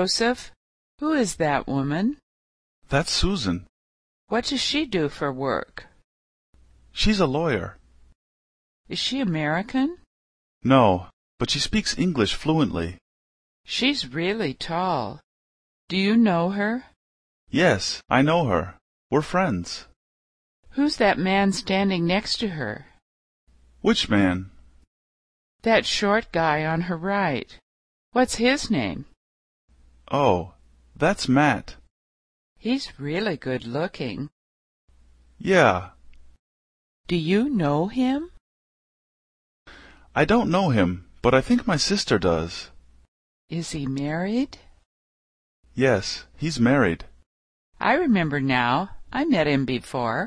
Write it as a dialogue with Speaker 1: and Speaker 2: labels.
Speaker 1: Joseph, who is that woman?
Speaker 2: That's Susan.
Speaker 1: What does she do for work?
Speaker 2: She's a lawyer.
Speaker 1: Is she American?
Speaker 2: No, but she speaks English fluently.
Speaker 1: She's really tall. Do you know her?
Speaker 2: Yes, I know her. We're friends.
Speaker 1: Who's that man standing next to her?
Speaker 2: Which man?
Speaker 1: That short guy on her right. What's his name?
Speaker 2: Oh, that's Matt.
Speaker 1: He's really good looking.
Speaker 2: Yeah,
Speaker 1: Do you know him?
Speaker 2: I don't know him, but I think my sister does.
Speaker 1: Is he married?
Speaker 2: Yes, he's married.
Speaker 1: I remember now. I met him before.